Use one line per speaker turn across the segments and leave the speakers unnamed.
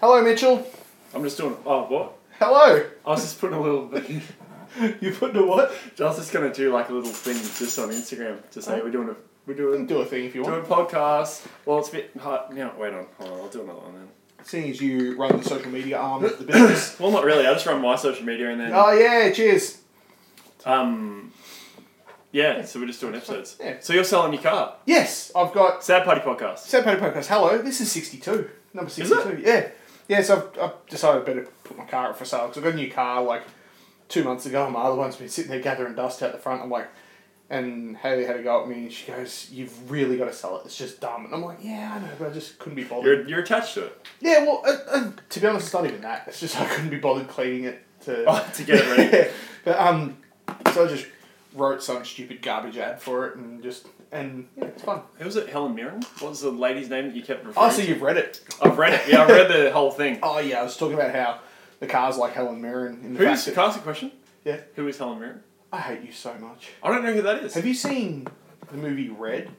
Hello, Mitchell.
I'm just doing. Oh, what?
Hello.
I was just putting a little thing.
You putting a what?
I was just gonna do like a little thing just on Instagram to say we're doing a we're doing
Do a thing if you
doing
want.
a podcast. Well, it's a bit hard. No, wait on. Hold on. I'll do another one then.
Seeing as you run the social media arm of the business.
Well, not really. I just run my social media and then
oh yeah, cheers.
um yeah. So we're just doing episodes.
Yeah.
So you're selling your car.
Yes, I've got
Sad party podcast.
Sad Paddy Podcast. Hello, this is 62. Number 62. Yeah. Yeah, so I've, I've decided better put my car up for sale because I got a new car like two months ago and my other one's been sitting there gathering dust out the front. I'm like, and Haley had a go at me and she goes, You've really got to sell it. It's just dumb. And I'm like, Yeah, I know, but I just couldn't be bothered.
You're you're attached to it
Yeah, well, uh, uh, to be honest, it's not even that. It's just I couldn't be bothered cleaning it to.
Oh, to get it ready.
but um, so I just wrote some stupid garbage ad for it and just and yeah, it's fun.
Who was it? Helen Mirren. What was the lady's name that you kept referring?
Oh, so
to?
you've read it?
I've read it. Yeah, I've read the whole thing.
Oh yeah, I was talking about how the car's like Helen Mirren. In the fact
Who's? Can
that,
I ask a question?
Yeah.
Who is Helen Mirren?
I hate you so much.
I don't know who that is.
Have you seen the movie Red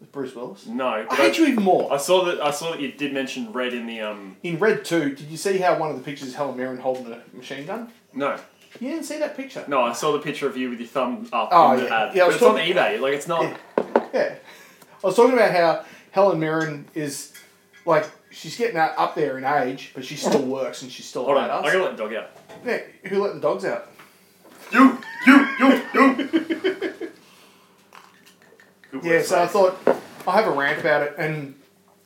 with Bruce Willis?
No.
I
but
hate you even
I
more.
saw that. I saw that you did mention red in the um.
In Red Two, did you see how one of the pictures is Helen Mirren holding a machine gun?
No,
You didn't see that picture.
no. I saw the picture of you with your thumb up
Oh,
in the
yeah.
ad.
Yeah, I
but
was
it's
talking-
on eBay. Like it's not.
Yeah. Yeah. I was talking about how Helen Mirren is like she's getting out up there in age, but she still works and she's still a
Hold on. I
badass.
gotta let the dog out.
Yeah, who let the dogs out?
You, you, you, you. Good
Yeah,
work,
so I
mate.
thought I'll have a rant about it and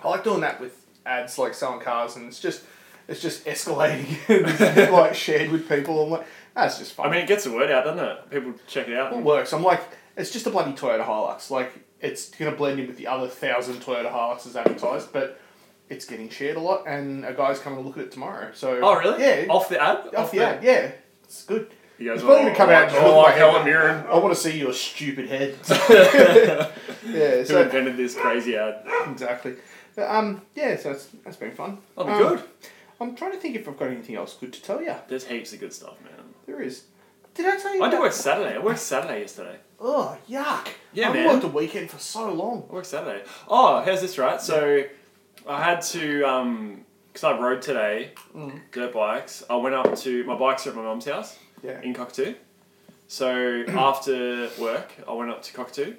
I like doing that with ads like selling cars and it's just it's just escalating and it's like shared with people. I'm like, that's just fun.
I mean, it gets the word out, doesn't it? People check it out.
it
and-
works. I'm like, it's just a bloody Toyota Hilux. Like, it's gonna blend in with the other thousand Toyota Hiluxes advertised, but it's getting shared a lot, and a guy's coming to look at it tomorrow. So,
Oh, really?
Yeah, off,
Off the ad.
the ad. Yeah, it's good.
You guys
It's
are
probably
all
gonna come out
like,
and
Oh,
look
like
like
Helen Mirren.
I want to see your stupid head. yeah,
Who
so Mm.
invented this crazy ad?
exactly. But, um, yeah, so it's, that's been fun.
Oh,
Um,
good.
I'm trying to think if I've got anything else good to tell you.
There's heaps of good stuff, man.
There is. Did I tell you?
I do
about-
work Saturday. I worked Saturday yesterday.
Oh, yuck!
Yeah,
I've
man.
worked a weekend for so long.
I work Saturday. Oh, how's this, right? So, I had to, um, because I rode today,
Mm-hmm.
dirt bikes, I went up to, my bikes are at my mum's house
Yeah.
in Cockatoo. So, after work, I went up to Cockatoo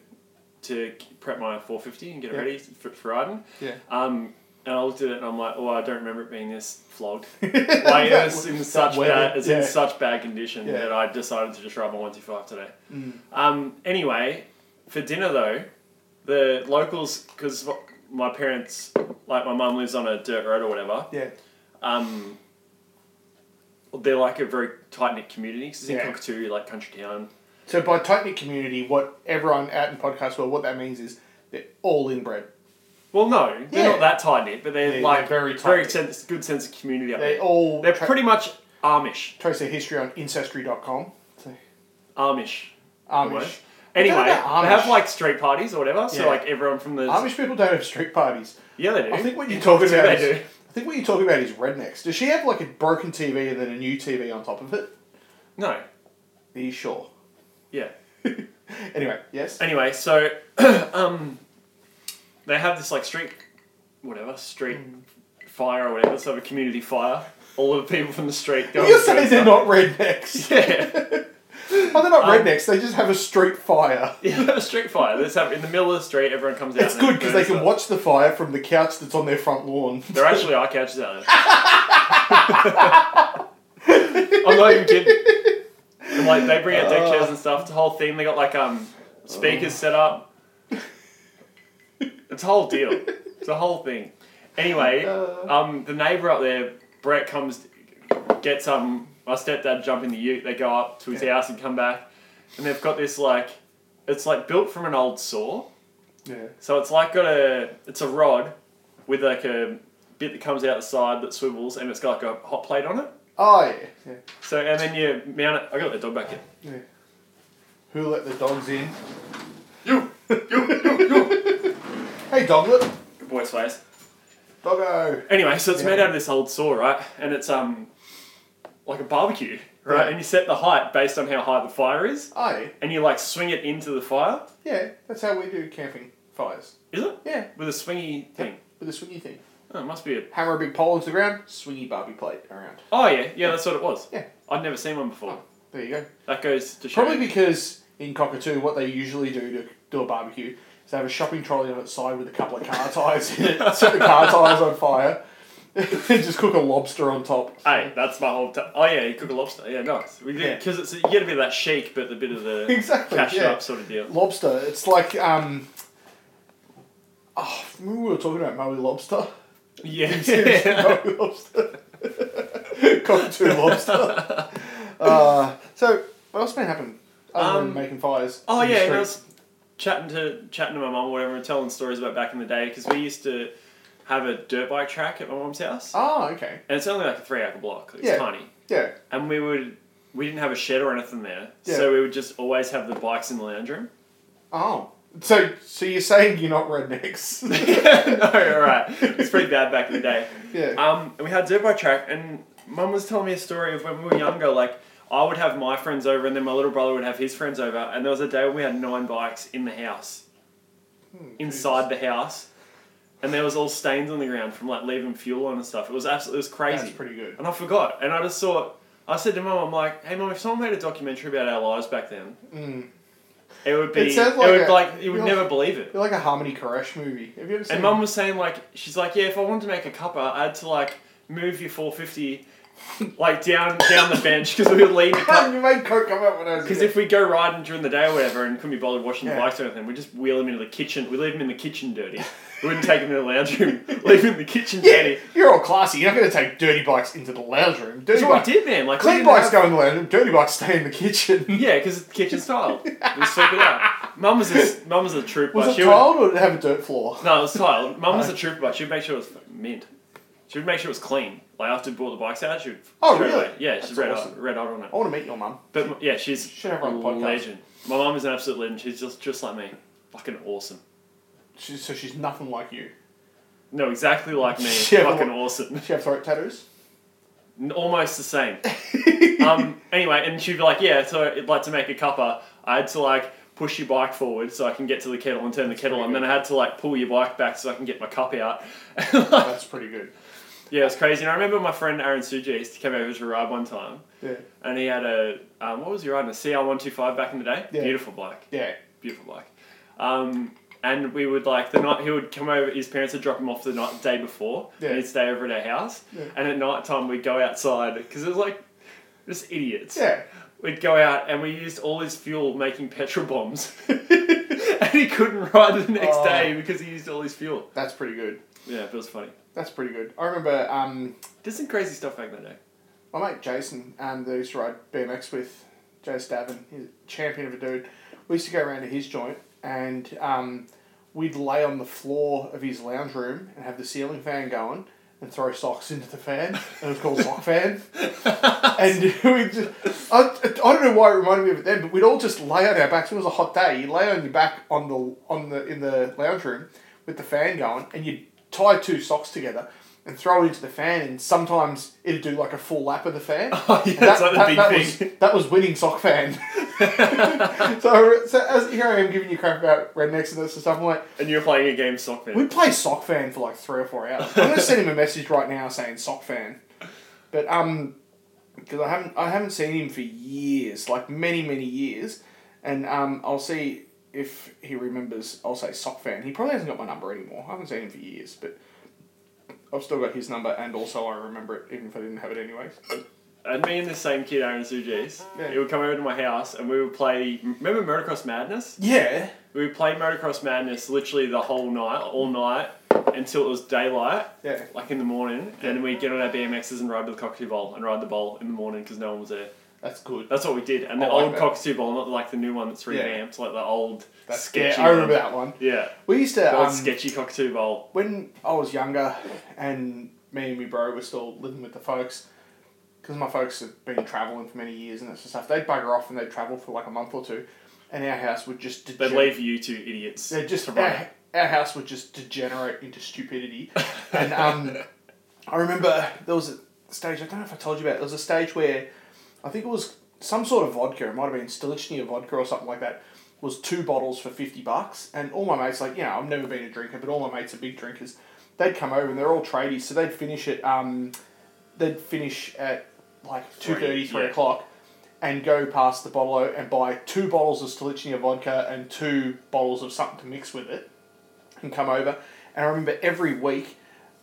to prep my 450 and get it
Yeah.
ready for, for riding.
Yeah.
Um, and I looked at it and I'm like, oh, I don't remember it being this flogged. Like, it was in such
weather,
bad, it's in
yeah.
such bad condition
Yeah. Mm.
that I decided to just ride my 125 today. Um, anyway, for dinner though, the locals, because my parents, like my mum lives on a dirt road or whatever,
Yeah.
um, they're like a very tight knit community. 'cause it's in
Yeah.
Cockatoo, like country town.
So by tight knit community, what everyone out in podcast world, what that means is they're all inbred.
Well, no, they're
Yeah.
not that tight knit, but they're
They're
like
very
very
tight-knit.
sense, good sense of community. Up
They
there.
all
They're
tra-
pretty much Amish.
trace their history on ancestry.com. So,
Amish.
Amish.
Anyway,
What
they
about Amish?
have like street parties or whatever. So
Yeah.
like everyone from the
Amish people don't have street parties.
yeah they do.
I think what you're
In
talking
Cockatoo,
about
they
is,
do.
I think what you're talking about is rednecks. Does she have like a broken TV and then a new TV on top of it?
No,
Are you sure?
yeah.
Anyway, yes.
Anyway, so um, they have this like street, whatever street
Mm.
fire or whatever. So a community fire. All of the people from the street go.
You're
and do
saying they're not
stuff.
rednecks.
Yeah,
Oh, they're not
Um,
rednecks. They just have a street fire.
yeah, they have a street fire. Let's have in the middle of the street. Everyone comes out.
It's
and
good because they
burns
can
it.
watch the fire from the couch that's on their front lawn.
They're actually eye catches out there. I'm not even kidding. And, like they bring out deck chairs and stuff. The whole thing. They got like um speakers set up. It's a whole deal. It's a whole thing. Anyway, um, the neighbour up there, Brett comes, gets um my stepdad jump in the Ute. They go up to his
Yeah.
house and come back, and they've got this like, it's like built from an old saw.
Yeah.
So it's like got a it's a rod with like a bit that comes out the side that swivels and it's got like a hot plate on it.
Oh yeah. yeah.
So and then you mount it. I got the dog back in.
Yeah. Who let the dogs in?
You, you, you, you.
Hey, doglet.
Good boy's face.
Doggo.
Anyway, so it's
Yeah.
made out of this old saw, right? And it's um like a barbecue, right?
Yeah.
And you set the height based on how high the fire is,
Oh, yeah.
and you like swing it into the fire.
Yeah, that's how we do camping fires.
Is it
Yeah.
with a swingy thing?
with a swingy thing.
Oh, it must be a.
Hammer a big pole into the ground, swingy Barbie plate around.
Oh yeah, yeah, that's what it was.
Yeah.
I'd never seen one before.
There you go.
That goes to show.
Probably because in Cockatoo, what they usually do to do a barbecue is they have a shopping trolley on its side with a couple of car tyres in it, set the car tyres on fire, and just cook a lobster on top.
Hey, that's my whole. T- oh yeah, you cook a lobster. Yeah, nice.
Yeah.
Because it's you get a bit of that chic, but a bit of the
Exactly,
cash
yeah.
up sort of deal.
Lobster, it's like, um, oh, remember we were talking about Maui Lobster?
Yeah.
Maui Lobster. Cockatoo Lobster. Uh, so, what else been happening? Other
Um,
than making fires.
oh
in the
yeah, and I
street?
was chatting to chatting to my mum, or whatever, and telling stories about back in the day because we used to have a dirt bike track at my mum's house,
Oh, okay.
and it's only like a three acre block. It's
Yeah.
tiny,
Yeah.
and we would we didn't have a shed or anything there,
Yeah.
so we would just always have the bikes in the lounge room.
Oh. So, so you're saying you're not rednecks?
no, all right, it's pretty bad back in the day.
yeah.
Um, and we had dirt bike track, and Mum was telling me a story of when we were younger. Like I would have my friends over, and then my little brother would have his friends over. And there was a day when we had nine bikes in the house,
Hmm,
inside the house, and there was all stains on the ground from like leaving fuel on and stuff. It was absolutely it was crazy.
That's pretty good.
and I forgot, and I just thought. I said to Mum, I'm like, hey Mum, if someone made a documentary about our lives back then,
Mm.
it would be,
It
it,
sounds like
would
a-
like, you would
you're-
never believe it.
You're like a Harmony Koresh movie. Have you ever seen?
And mum was saying like she's like, yeah, if I wanted to make a cuppa, I had to like move your four fifty like down down the bench because we would leave the cup.
you made Coke come out when I was.
Because if we go riding during the day or whatever and couldn't be bothered washing
Yeah.
the bikes or anything, we just wheel them into the kitchen. We leave them in the kitchen dirty. We wouldn't take them in the lounge room. Leave them in the kitchen
yeah,
dirty.
you're all classy. You're not going to take dirty bikes into the lounge room. Dirty
That's what
bikes,
we did, man. Like we
clean
didn't
bikes
have-
go in the lounge room. Dirty bikes stay in the kitchen.
Yeah, because it's kitchen style. We sweep it out. Mum was a, mum was a trooper.
Was
she
it
would-
tiled or did it have a dirt floor?
No, it was tiled. Mum
Uh,
was a trooper, but she'd make sure it was mint. She would make sure it was clean. Like after we brought the bikes out, she would.
Oh,
straight
really?
away- Yeah,
That's
she's red
awesome.
hot, red hot on it.
I want to meet your mum.
But m- yeah, she's
Should have her
a
own podcast.
legend. My mum is an absolute legend. She's just just like me, fucking awesome.
She, so she's nothing like you.
No, exactly like me,
Shit,
fucking
what-
awesome.
Does she have throat tattoos?
N- Almost the same. um. Anyway, and she'd be like, "Yeah, so I'd like to make a cuppa. I had to like." Push your bike forward so I can get to the kettle and turn the kettle
pretty
on. Then
good.
I had to like pull your bike back so I can get my cup out.
That's pretty good.
Yeah, it was crazy. And I remember my friend Aaron Sujist came over to ride one time,
Yeah.
and he had a um, what was he riding? A CR one two five back in the day.
Yeah.
Beautiful bike,
Yeah.
beautiful bike. Um, and we would like the night he would come over. His parents would drop him off the night day before.
Yeah.
And he'd stay over at our house,
Yeah.
and at night time we'd go outside because it was like just idiots.
Yeah.
We'd go out and we used all his fuel making petrol bombs, and he couldn't ride the next
Oh.
day because he used all his fuel.
That's pretty good.
Yeah, but it was funny.
That's pretty good. I remember um,
Did some crazy stuff back in the day.
My mate Jason, um, that I used to ride BMX with, Jay Stavin, he's a champion of a dude. We used to go around to his joint and um, we'd lay on the floor of his lounge room and have the ceiling fan going and throw socks into the fan. And it was called Sock Fan. And we just, I, I don't know why it reminded me of it then, but we'd all just lay on our backs. It was a hot day. You lay on your back on the on the in the lounge room with the fan going, and you tie two socks together and throw it into the fan. And sometimes it'd do like a full lap of the fan.
Oh yeah,
And
that's like the big
that
thing.
was that was winning sock fan. so so as, here I am giving you crap about rednecks and this and stuff. I'm like,
And you're playing a game sock man.
we play sock fan for like three or four hours. I'm gonna send him a message right now saying sock fan, but um, because I haven't I haven't seen him for years, like many many years, and um, I'll see if he remembers. I'll say sock fan. He probably hasn't got my number anymore. I haven't seen him for years, but I've still got his number, and also I remember it even if I didn't have it anyways.
And me and the same kid, Aaron Sujis,
Yeah.
he would come over to my house and we would play. Remember Motocross Madness?
Yeah.
We would play Motocross Madness literally the whole night, all night, until it was daylight,
Yeah.
like in the morning. And then we'd get on our BMXs and ride to the Cockatoo Bowl and ride the bowl in the morning because no one was there.
That's good.
That's what we did. And the
I like
old
that.
Cockatoo Bowl, not like the new one that's
Yeah.
revamped, like the old
That's
sketchy.
sketchy. I remember
one.
that one.
Yeah,
We used to
the old
um,
sketchy Cockatoo Bowl.
when I was younger and me and my bro were still living with the folks, because my folks have been travelling for many years and that sort of stuff, they'd bugger off and they'd travel for like a month or two, and our house would just
They
degenerate.
would leave you two idiots.
They'd just
to run.
our, our house would just degenerate into stupidity, and um, I remember there was a stage. I don't know if I told you about. It, there was a stage where I think it was some sort of vodka. It might have been Stilichny or vodka or something like that. Was two bottles for fifty bucks, and all my mates like you know I've never been a drinker, but all my mates are big drinkers, they'd come over and they're all tradies, so they'd finish at um, they'd finish at like two
Three,
thirty, three
yeah.
o'clock, and go past the bottle and buy two bottles of Stolichnia vodka and two bottles of something to mix with it, and come over. And I remember every week.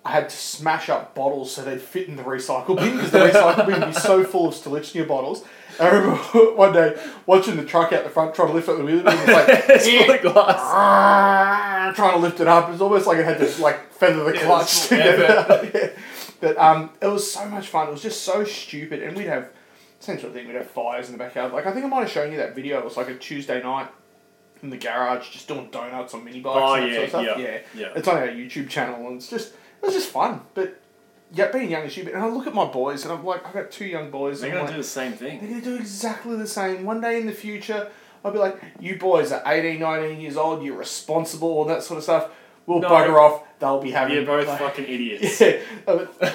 I had to smash up bottles so they'd fit in the recycle bin because the recycle bin would be so full of Stolichnia bottles. I remember one day watching the truck out the front trying to lift up the wheel and it was like,
it's full of glass.
trying to lift it up. It's almost like it had to like feather the
Yeah,
clutch to
the
get it
effort.
out. Yeah. But um, it was so much fun. It was just so stupid, and we'd have same sort of thing. We'd have fires in the backyard. Like I think I might have shown you that video. It was like a Tuesday night in the garage, just doing donuts on mini bikes.
Oh,
and that
yeah,
sort of stuff.
yeah, yeah.
It's on our YouTube channel, and it's just it was just fun. But yeah, being young is stupid. And I look at my boys, and I'm like, I've got two young boys.
They're
and I'm like,
gonna do the same
they're
thing.
going to do exactly the same. One day in the future, I'll be like, you boys are 18, 19 years old, you're responsible, and that sort of stuff. We'll
No.
bugger off. They'll be having.
You're both
like,
fucking idiots.
yeah,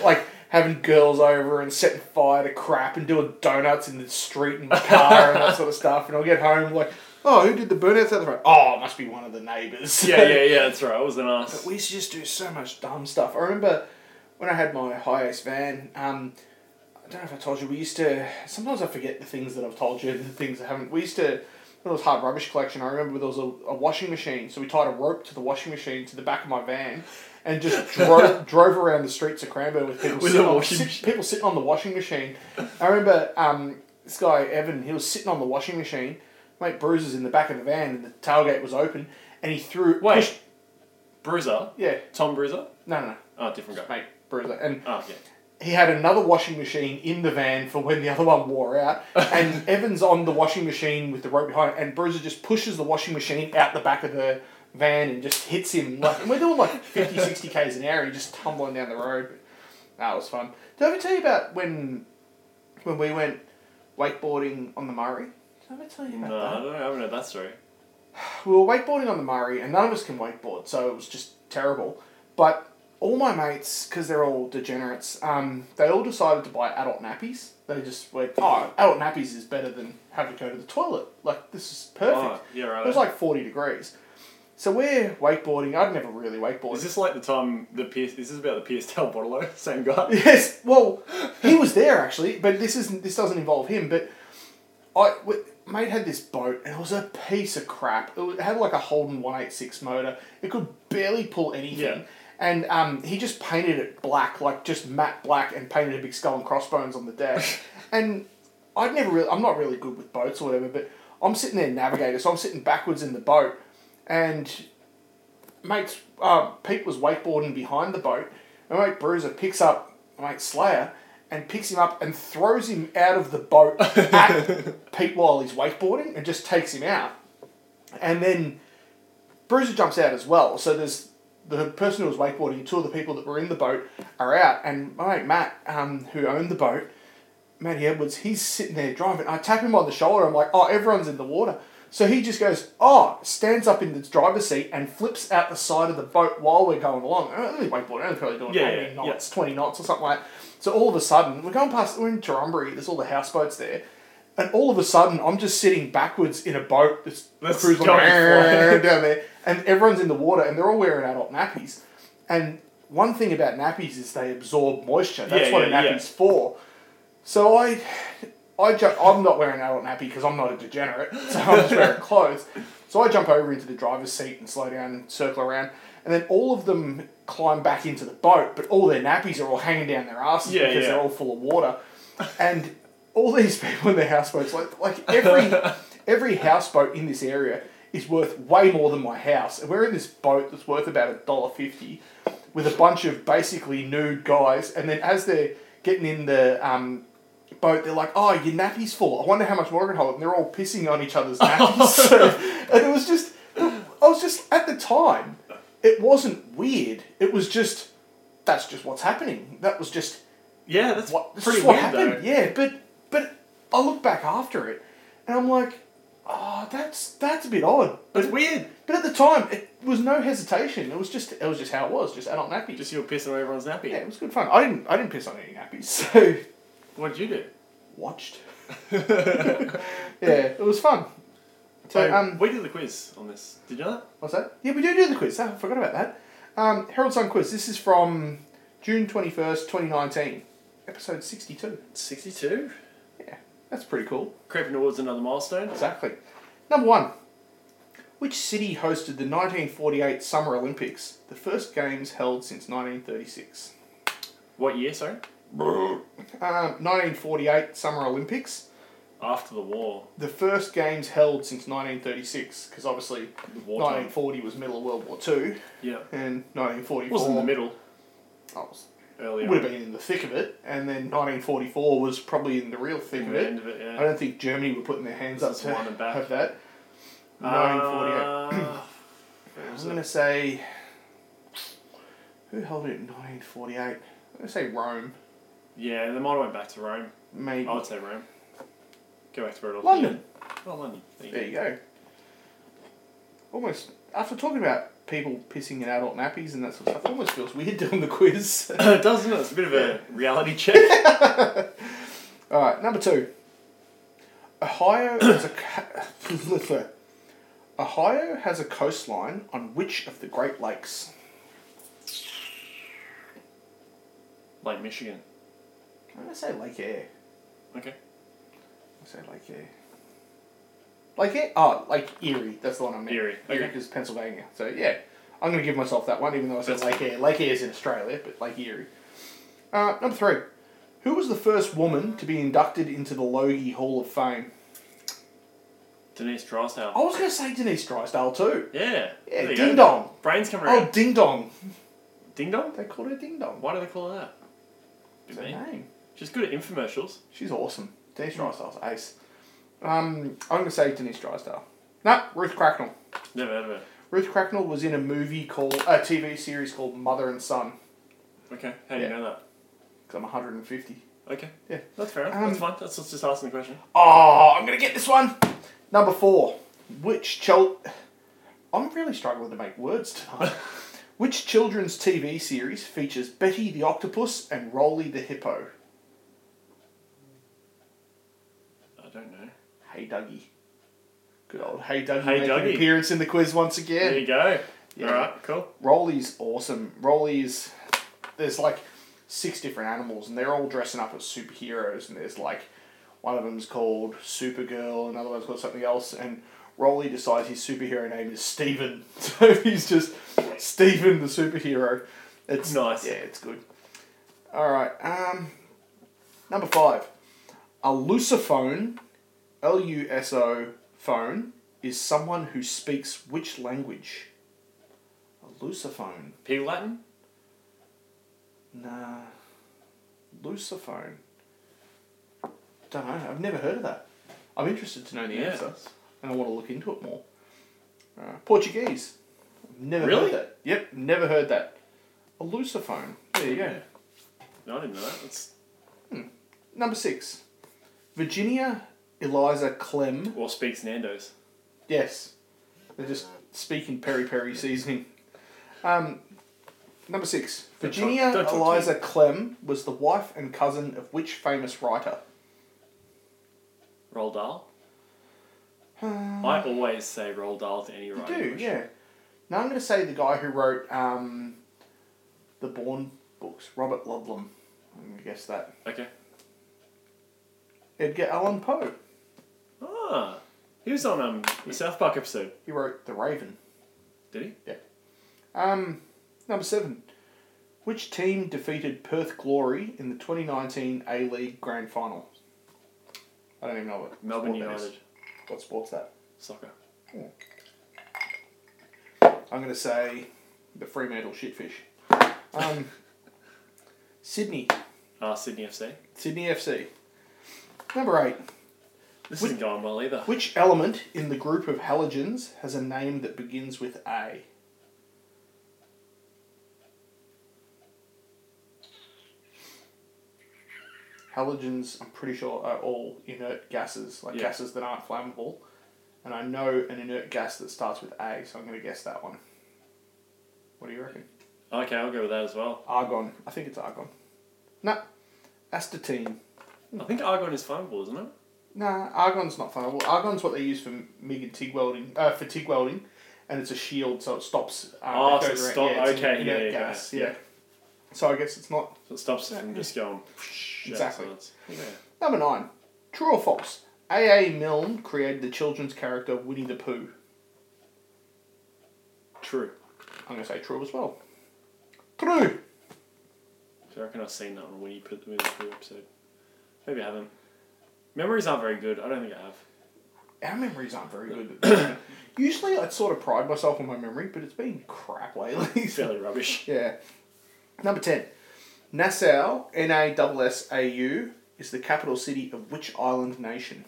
like having girls over and setting fire to crap and doing donuts in the street and car and that sort of stuff. And I'll get home like, oh, who did the burnouts out the front? Oh, it must be one of the neighbours.
yeah, yeah, yeah. That's right. I was an
But
ass.
we used to just do so much dumb stuff. I remember when I had my high ace van. Um, I don't know if I told you. We used to. Sometimes I forget the things that I've told you, and the things I haven't. We used to. When it was hard rubbish collection, I remember there was a, a washing machine. So we tied a rope to the washing machine to the back of my van, and just drove drove around the streets of Cranbourne with people
With a
sitting on,
washing
sit-
machine.
people sitting on the washing machine. I remember um, this guy Evan. He was sitting on the washing machine. Mate, bruises in the back of the van, and the tailgate was open, and he threw.
Wait.
pushed-
Bruiser.
yeah,
Tom Bruiser.
no, no, no
Oh, different guy.
mate, bruiser. And
Oh, yeah.
he had another washing machine in the van for when the other one wore out. And Evans on the washing machine with the rope behind, and Bruiser just pushes the washing machine out the back of the van and just hits him. Like, and we're doing like 50, 60 k's an hour, and he's just tumbling down the road. That was fun. Did I ever tell you about when when we went wakeboarding on the Murray? Did I ever tell you about
No,
that?
I don't know. I haven't heard that story.
we were wakeboarding on the Murray, and none of us can wakeboard, so it was just terrible. But all my mates, because they're all degenerates, um, they all decided to buy adult nappies. They just went, oh, adult nappies is better than having to go to the toilet. Like, this is
Oh,
perfect.
yeah,
It was
right.
like 40 degrees. So we're wakeboarding. I'd never really wakeboarded.
Is this like the time the Pierce? Is this about the PSTL bottle? Same guy.
Yes. Well, he was there actually, but this isn't. This doesn't involve him. But I w- mate had this boat, and it was a piece of crap. It wa- had like a Holden one eight six motor. It could barely pull anything.
Yeah.
And um, he just painted it black, like just matte black, and painted a big skull and crossbones on the deck. and I'd never really. I'm not really good with boats or whatever, but I'm sitting there navigator, so I'm sitting backwards in the boat, and mate's uh, Pete was wakeboarding behind the boat, and mate Bruiser picks up mate Slayer and picks him up and throws him out of the boat at Pete while he's wakeboarding and just takes him out. And then Bruiser jumps out as well. So there's the person who was wakeboarding, two of the people that were in the boat are out, and my mate Matt, um, who owned the boat, Matty Edwards, he's sitting there driving. I tap him on the shoulder. I'm like, oh, everyone's in the water. So he just goes, oh, stands up in the driver's seat and flips out the side of the boat while we're going along. Uh, I only wakeboard, only probably doing
Yeah,
18
yeah,
knots, 20 knots or something like that. So all of a sudden, we're going past, we're in Turrumbary, there's all the houseboats there. And all of a sudden, I'm just sitting backwards in a boat that's
That's
cruising
going
down there. And everyone's in the water and they're all wearing adult nappies. And one thing about nappies is they absorb moisture. That's
Yeah,
what
yeah,
a
yeah.
nappy's for. So I, I ju- I'm not wearing an adult nappy because I'm not a degenerate, so I'm just wearing clothes. So I jump over into the driver's seat and slow down and circle around, and then all of them climb back into the boat, but all their nappies are all hanging down their asses
Yeah,
because
yeah.
they're all full of water, and all these people in their houseboats, like like every every houseboat in this area is worth way more than my house, and we're in this boat that's worth about a dollar fifty, with a bunch of basically nude guys, and then as they're getting in the um, boat, they're like, "Oh, your nappy's full. I wonder how much more I can hold." And they're all pissing on each other's nappies. So- and it was just, I was just at the time, it wasn't weird. It was just, that's just what's happening. That was just
Yeah, that's
what, this
pretty
is what
weird
happened.
though.
Yeah, but but I look back after it, and I'm like, oh, that's that's a bit odd.
It's weird.
But at the time, it was no hesitation. It was just it was just how it was. Just adult nappies.
Just you were pissing on everyone's nappy.
yeah, it was good fun. I didn't I didn't piss on any nappies, so
What did you do?
watched. Yeah, it was fun. So
So
um,
we did the quiz on this. Did you know that?
what's that? Yeah, we do do the quiz. Oh, I forgot about that. Um, Herald Sun Quiz. This is from June 21st, 2019. Episode 62.
62?
Yeah, that's pretty cool.
Creeping towards another milestone.
Exactly. Number one. Which city hosted the 1948 Summer Olympics, the first games held since 1936?
What year, sorry?
Um, 1948 Summer Olympics,
After the war.
the first games held since 1936, because obviously
The war time.
1940 was middle of World War Two,
Yeah.
and
It
1944
was in the middle
I was-
earlier.
would have been in the thick of it, and then 1944 was probably in the real thick
In
of
the
it.
end of it,
I
yeah.
don't think Germany were putting their hands up
This is
to
one and back.
have that. 1948.
Uh,
I'm going to say. Who held it in 1948? I'm going to say Rome.
yeah, they might have went back to Rome.
Maybe.
I would say Rome. Go back to where it all
London.
began. Oh, London. There you
There you go. Almost after talking about people pissing in adult nappies and that sort of stuff, it almost feels weird doing the quiz.
go. Doesn't it? It's a bit of a reality check.
All right, number two. Ohio has a co- Ohio has a coastline on which of the Great Lakes?
Lake Michigan.
I'm gonna say Lake Air.
Okay.
I say Lake Air. Lake Air. Oh, Lake Erie. That's the one I meant.
Erie,
Erie
okay.
is Pennsylvania. So yeah, I'm gonna give myself that one, even though I said
That's-
Lake Air. Lake Air is in Australia, but Lake Erie. Uh, number three. Who was the first woman to be inducted into the Logie Hall of Fame?
Denise Drysdale.
I was gonna say Denise Drysdale too.
Yeah.
Yeah,
There you
Ding
go.
Dong.
Brains coming
Oh,
around.
Ding Dong.
Ding Dong?
They called her Ding Dong.
Why do they call her that?
What's
Good
her
name.
name?
She's good at infomercials.
She's awesome. Denise Drysdale's ace. Um, I'm gonna say Denise Drysdale. No, Ruth Cracknell.
Never heard of her.
Ruth Cracknell was in a movie called a TV series called Mother and Son.
Okay. How do
Yeah.
you know that?
Because I'm 150.
Okay.
Yeah.
That's fair enough.
Um,
That's fine. That's, that's just asking the question.
Oh, I'm gonna get this one. Number four. Which child? I'm really struggling to make words tonight. Which children's TV series features Betty the octopus and Rolly the hippo?
I don't know.
Hey Dougie. Good old Hey Dougie
Hey
making
Dougie.
an appearance in the quiz once
There
again.
you go.
Yeah.
All right. Cool.
Rolly's awesome. Rolly's there's like six different animals and they're all dressing up as superheroes and there's like one of them's called Supergirl, another one's called something else, and Rolly decides his superhero name is Steven. So he's just Steven the superhero. It's
Nice.
Yeah, it's good. Alright, um number five. A lusophone, L U S O phone, is someone who speaks which language? A lusophone.
Pig Latin.
Nah. Lusophone. Don't know. I've never heard of that. I'm interested to know the
Yeah.
answer, and I want to look into it more. Uh, Portuguese. I've Never
Really?
heard that. Yep, never heard that. A lusophone. There you go.
No, I didn't know that. That's
Number six. Virginia Eliza Clem.
or speaks Nando's.
Yes. They're just speaking peri peri seasoning. Um, number six.
Don't talk-
Virginia
don't talk to me.
Eliza Clem was the wife and cousin of which famous writer?
Roll Dahl.
Uh,
I always say Roll Dahl to any
you
writing
do,
question.
yeah. Now I'm going to say the guy who wrote um, the Bourne books, Robert Ludlum. I'm going to guess that.
Okay.
Edgar Allan Poe.
Ah, he was on um the South Park episode.
He wrote The Raven.
Did he?
Um, number seven. Which team defeated Perth Glory in the 2019 A League Grand Final? I don't even know what
Melbourne
sport that is.
United
What sport's that?
soccer.
I'm going to say the Fremantle Shitfish. Um, Sydney.
Ah, Sydney FC.
Sydney FC. Number eight.
This
Which-
isn't going well either.
Which element in the group of halogens has a name that begins with A? Halogens, I'm pretty sure, are all inert gases, like
Yeah.
gases that aren't flammable. And I know an inert gas that starts with A, so I'm going to guess that one. What do you reckon?
Okay, I'll go with that as well.
Argon. I think it's argon. No. Astatine.
I think Argon is flammable, isn't it?
Nah, argon's not flammable. Argon's what they use for MIG and TIG welding, uh, for TIG welding, and it's a shield, so it stops. Um,
Oh,
it
so
goes
it
around-
stop-
it's
okay,
in-
yeah,
inert
yeah,
gas,
yeah.
yeah. So I guess it's not
So it stops it from just going. whoosh
Exactly.
outsides. Yeah.
number nine. True or false? A. A. Milne created the children's character Winnie the Pooh.
True.
I'm gonna say true as well. True.
So I reckon I've seen that one when you put them in the Pooh episode. Maybe I haven't. Memories aren't very good. I don't think I have.
Our memories aren't very good. Usually, I sort of pride myself on my memory, but it's been crap lately. so-
Fairly rubbish.
Yeah. Number 10. Nassau, N A S S A U, is the capital city of which island nation?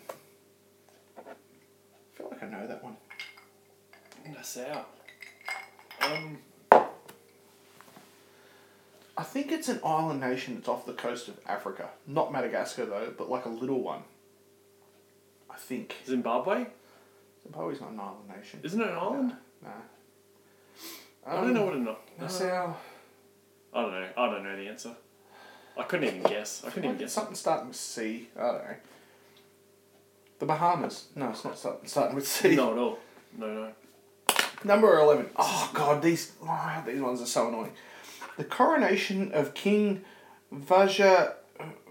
I feel like I know that one.
That's out. Um,
I think it's an island nation that's off the coast of Africa. Not Madagascar, though, but like a little one. I think.
Zimbabwe?
Zimbabwe's not an island nation.
Isn't it an island?
Nah.
I don't know what an island.
Um, Nassau.
I don't know. I don't know the answer. I couldn't even guess. I couldn't even guess.
Something starting with C. I don't know. The Bahamas. No, it's not starting starting with C.
Not at all. No, no.
Number 11. Oh, God, these, oh, these ones are so annoying. The coronation of King Vajra,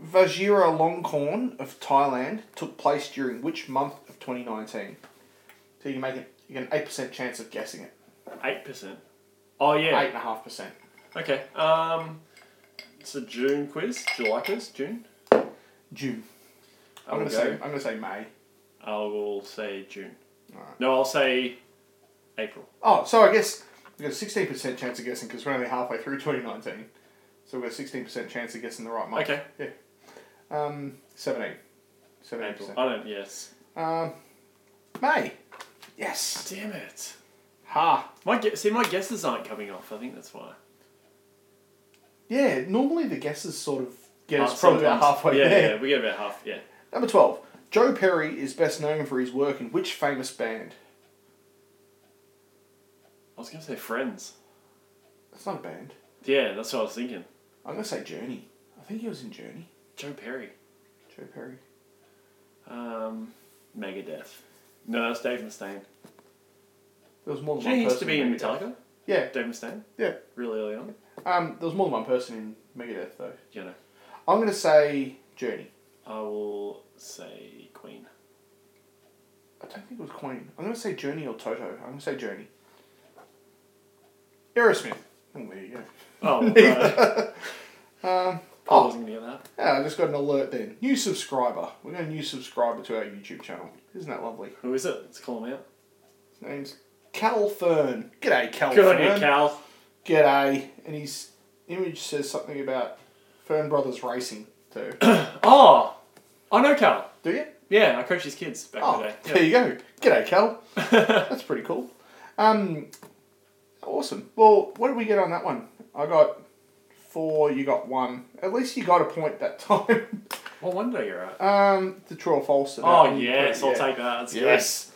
Vajira Longkorn of Thailand took place during which month of 2019? So you can make it, you get an 8% chance of guessing it.
Eight percent. Oh yeah.
8.5%.
Okay. Um, it's a June quiz. July quiz. June.
June. I'm
I'll
going to
go.
say, I'm going to say May.
I will say June.
Alright.
No, I'll say April.
Oh, so I guess we've got a 16% chance of guessing because we're only halfway through 2019. So we've got a 16% chance of guessing the right month.
Okay.
Yeah. Um, 17. 17%.
April. I don't. Yes.
Um, May. Yes.
Damn it.
Ha.
My gue- see, my guesses aren't coming off. I think that's why.
Yeah, normally the guesses sort of get
Oh,
us probably about
sometimes.
halfway
yeah,
there.
Yeah, we get about half. Yeah.
Number 12. Joe Perry is best known for his work in which famous band?
I was gonna say Friends.
That's not a band.
Yeah, that's what I was thinking.
I'm going to say Journey. I think he was in Journey.
Joe Perry.
Joe Perry.
Um, Megadeth. No, that's Dave Mustaine.
There was more than
Did
one
he used to
person
be in
Megadeth.
Metallica?
Yeah,
Dave Mustaine.
yeah.
Really early on.
Um, there was more than one person in Megadeth, though.
You know.
I'm going to say Journey.
I will say Queen.
I don't think it was Queen. I'm going to say Journey or Toto. I'm going to say Journey. Aerosmith. Oh, there you go.
Oh, right. I
Oh,
wasn't gonna get that.
Yeah, I just got an alert then. New subscriber. We got a new subscriber to our YouTube channel. Isn't that lovely?
Who is it? Let's call him out.
His name's Cal Fern. G'day, Cal
Good on you,
Fern.
Cal.
G'day. And his image says something about Fern Brothers Racing too.
Oh, I know Cal.
Do you?
Yeah, I coached his kids back in
Oh,
the day.
there you go. G'day, Cal. That's pretty cool. Um, awesome. Well, what did we get on that one? I got four. You got one. At least you got a point that time.
Well, one day you're right.
um, the true or false.
Oh,
about-
yes, I'll
um, Yeah.
take that. That's yes.
Yes.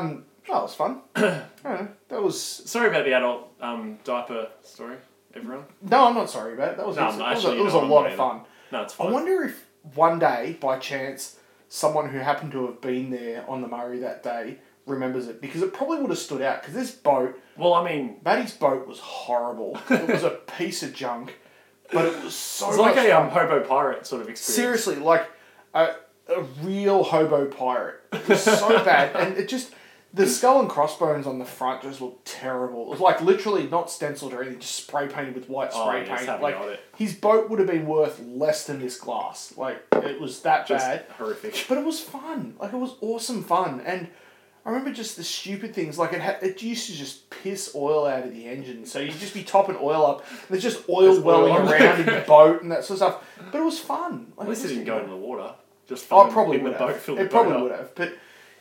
Um, that was fun. I don't know. That was
Sorry about the adult um, diaper story, everyone.
no. I'm not sorry about it. That was
No,
awesome.
I'm
That was a,
actually-
it was a
no, I'm
lot
not
of fun.
No, it's
I
fine.
wonder if one day, by chance, someone who happened to have been there on the Murray that day remembers it because it probably would have stood out. Because this boat,
Well, I mean,
Maddie's boat, was horrible. it was a piece of junk, but it was so.
it's like
much
a
fun.
um, hobo pirate sort of experience.
Seriously, like a, a real hobo pirate. It was so bad. And it just, the skull and crossbones on the front just looked terrible. It was like literally not stenciled or anything, just spray painted with white
Oh,
spray
yeah, it's
paint.
having
Like,
got it.
his boat would have been worth less than this glass. Like, it was that
Just
bad.
horrific.
But it was fun. Like, it was awesome fun. And I remember just the stupid things. Like, it, had, it used to just piss oil out of the engine. So you'd just be topping oil up. There's just oil
There's
welling
oil.
around in the boat and that sort of stuff. But it was fun. Like,
At
it
least it
was
didn't go into the water. Just
Oh,
fill
it probably
in
would
the
have.
boat, fill the
it
boat
probably
up.
would have. But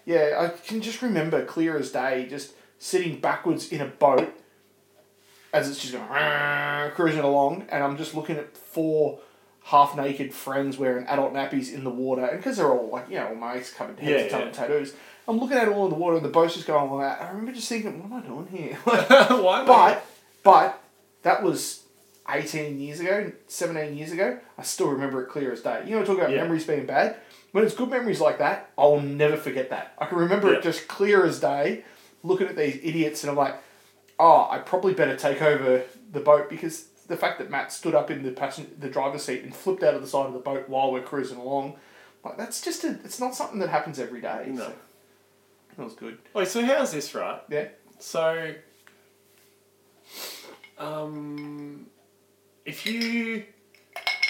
yeah, I can just remember clear as day, just sitting backwards in a boat as it's just going "Rrrr," cruising along, and I'm just looking at four half-naked friends wearing adult nappies in the water, and because they're all like you know all mates covered heads
Yeah,
and
yeah.
covered tattoos. I'm looking at it all in the water, and the boat's just going like that. I remember just thinking, what am I doing here?
Why? am I-
But but that was eighteen years ago, seventeen years ago. I still remember it clear as day. You know, talk about
Yeah.
memories being bad. When it's good memories like that, I'll never forget that. I can remember
Yeah.
it just clear as day. looking at these idiots and I'm like, oh, I probably better take over the boat because the fact that Matt stood up in the passenger, the driver's seat and flipped out of the side of the boat while we're cruising along, like that's just a, it's not something that happens every day.
No.
so that was good.
Wait, so how's this, right?
Yeah.
So, um, if you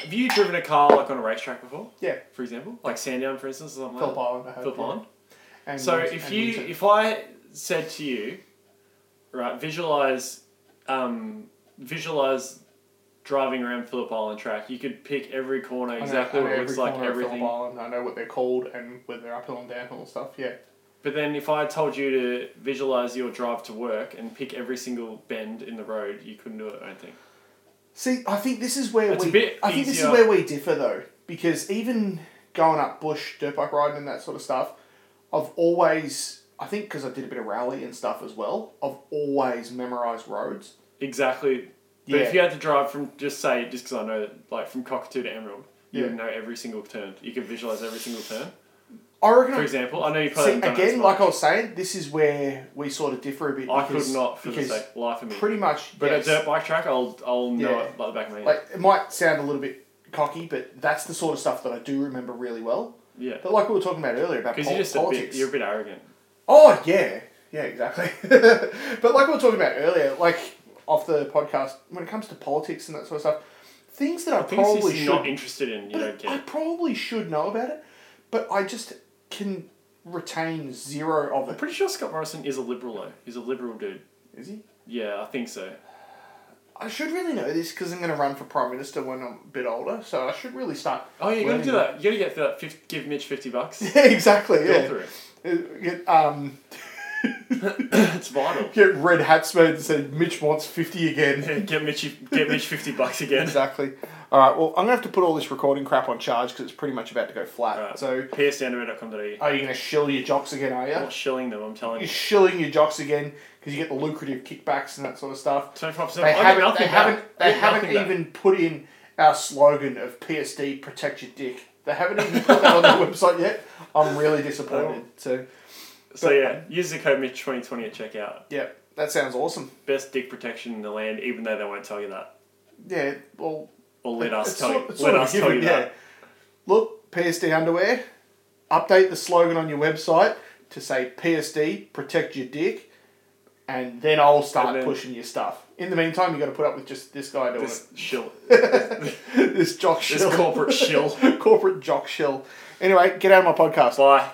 have you driven a car like on a racetrack before,
Yeah.
for example, like Sandown, for instance, or something
Phillip
like
Island. I
that.
hope.
Phillip
yeah.
Island.
And
So
Winton-
if
and
you
Winton.
if I said to you, right, visualize, um, visualize driving around Phillip Island track, you could pick every corner
I know-
exactly
I know
what it looks
every
like,
corner of Phillip
everything.
Island, I know what they're called and whether they're uphill and downhill and stuff. Yeah.
But then if I told you to visualize your drive to work and pick every single bend in the road, you couldn't do it, I don't think.
See, I think this is where
It's
we.
a bit
I think this is
easier.
where we differ though, because even going up bush, dirt bike riding, and that sort of stuff, I've always. I think because I did a bit of rally and stuff as well. I've always memorized roads.
Exactly. But
Yeah.
if you had to drive from, just say, just because I know, like from Cockatoo to Emerald, you
Yeah.
would know every single turn. You could visualize every single turn.
I reckon.
For
I-
example, I know you
see,
probably haven't done it as
again,
much.
like I was saying, this is where we sort of differ a bit.
I could
because-
not for the
because
sake life of me.
Pretty much,
but
yes.
a dirt bike track, I'll I'll know
Yeah.
it by the back of my hand.
like it might sound a little bit cocky, but that's the sort of stuff that I do remember really well.
yeah,
But like we were talking about earlier about
because
pol-
you're just a bit
politics.
you're a bit arrogant.
Oh yeah, yeah, exactly. but like we were talking about earlier, like off the podcast, when it comes to politics and that sort of stuff, things that I,
Things
probably
you're not
should,
interested in, you don't
but I
care.
probably should know about it, but I just can retain zero of
I'm
it.
pretty sure Scott Morrison is a liberal though. He's a liberal dude.
Is he?
Yeah, I think so.
I should really know this because I'm going to run for prime minister when I'm a bit older, so I should really start.
Oh, yeah, you gotta
learning
do that. You gotta get through that. 50, give Mitch fifty bucks.
Yeah, exactly.
Go
Yeah.
through it.
Uh, Get, um,
it's vital.
get red hats made that said Mitch wants fifty again.
Get Mitch, get Mitch fifty bucks again.
Exactly. All right. Well, I'm gonna have to put all this recording crap on charge because it's pretty much about to go flat.
Right.
So,
PSDanderate.com.au.
are you gonna shill your jocks again? Are
I'm
you?
not shilling them. I'm telling
You're
you.
shilling your jocks again because you get the lucrative kickbacks and that sort of stuff.
Twenty five percent.
They haven't. They haven't. They haven't
back.
even put in our slogan of PSD protect your dick. They haven't even put that on their website yet. I'm really disappointed.
Oh.
So,
So yeah, use the code Mitch twenty twenty at checkout.
yeah, that sounds awesome.
Best dick protection in the land, even though they won't tell you that,
Yeah. Well,
or let us
It's
tell
sort-
you.
it's
Let
sort of
us
given,
tell you that.
Look, PSD underwear. Update the slogan on your website to say PSD, protect your dick, and then I'll start
And then-
pushing your stuff. In the meantime, you got to put up with just this guy doing
This shill,
it. this jock
this
shill,
corporate shill.
corporate jock shill. Anyway, get out of my podcast.
Bye.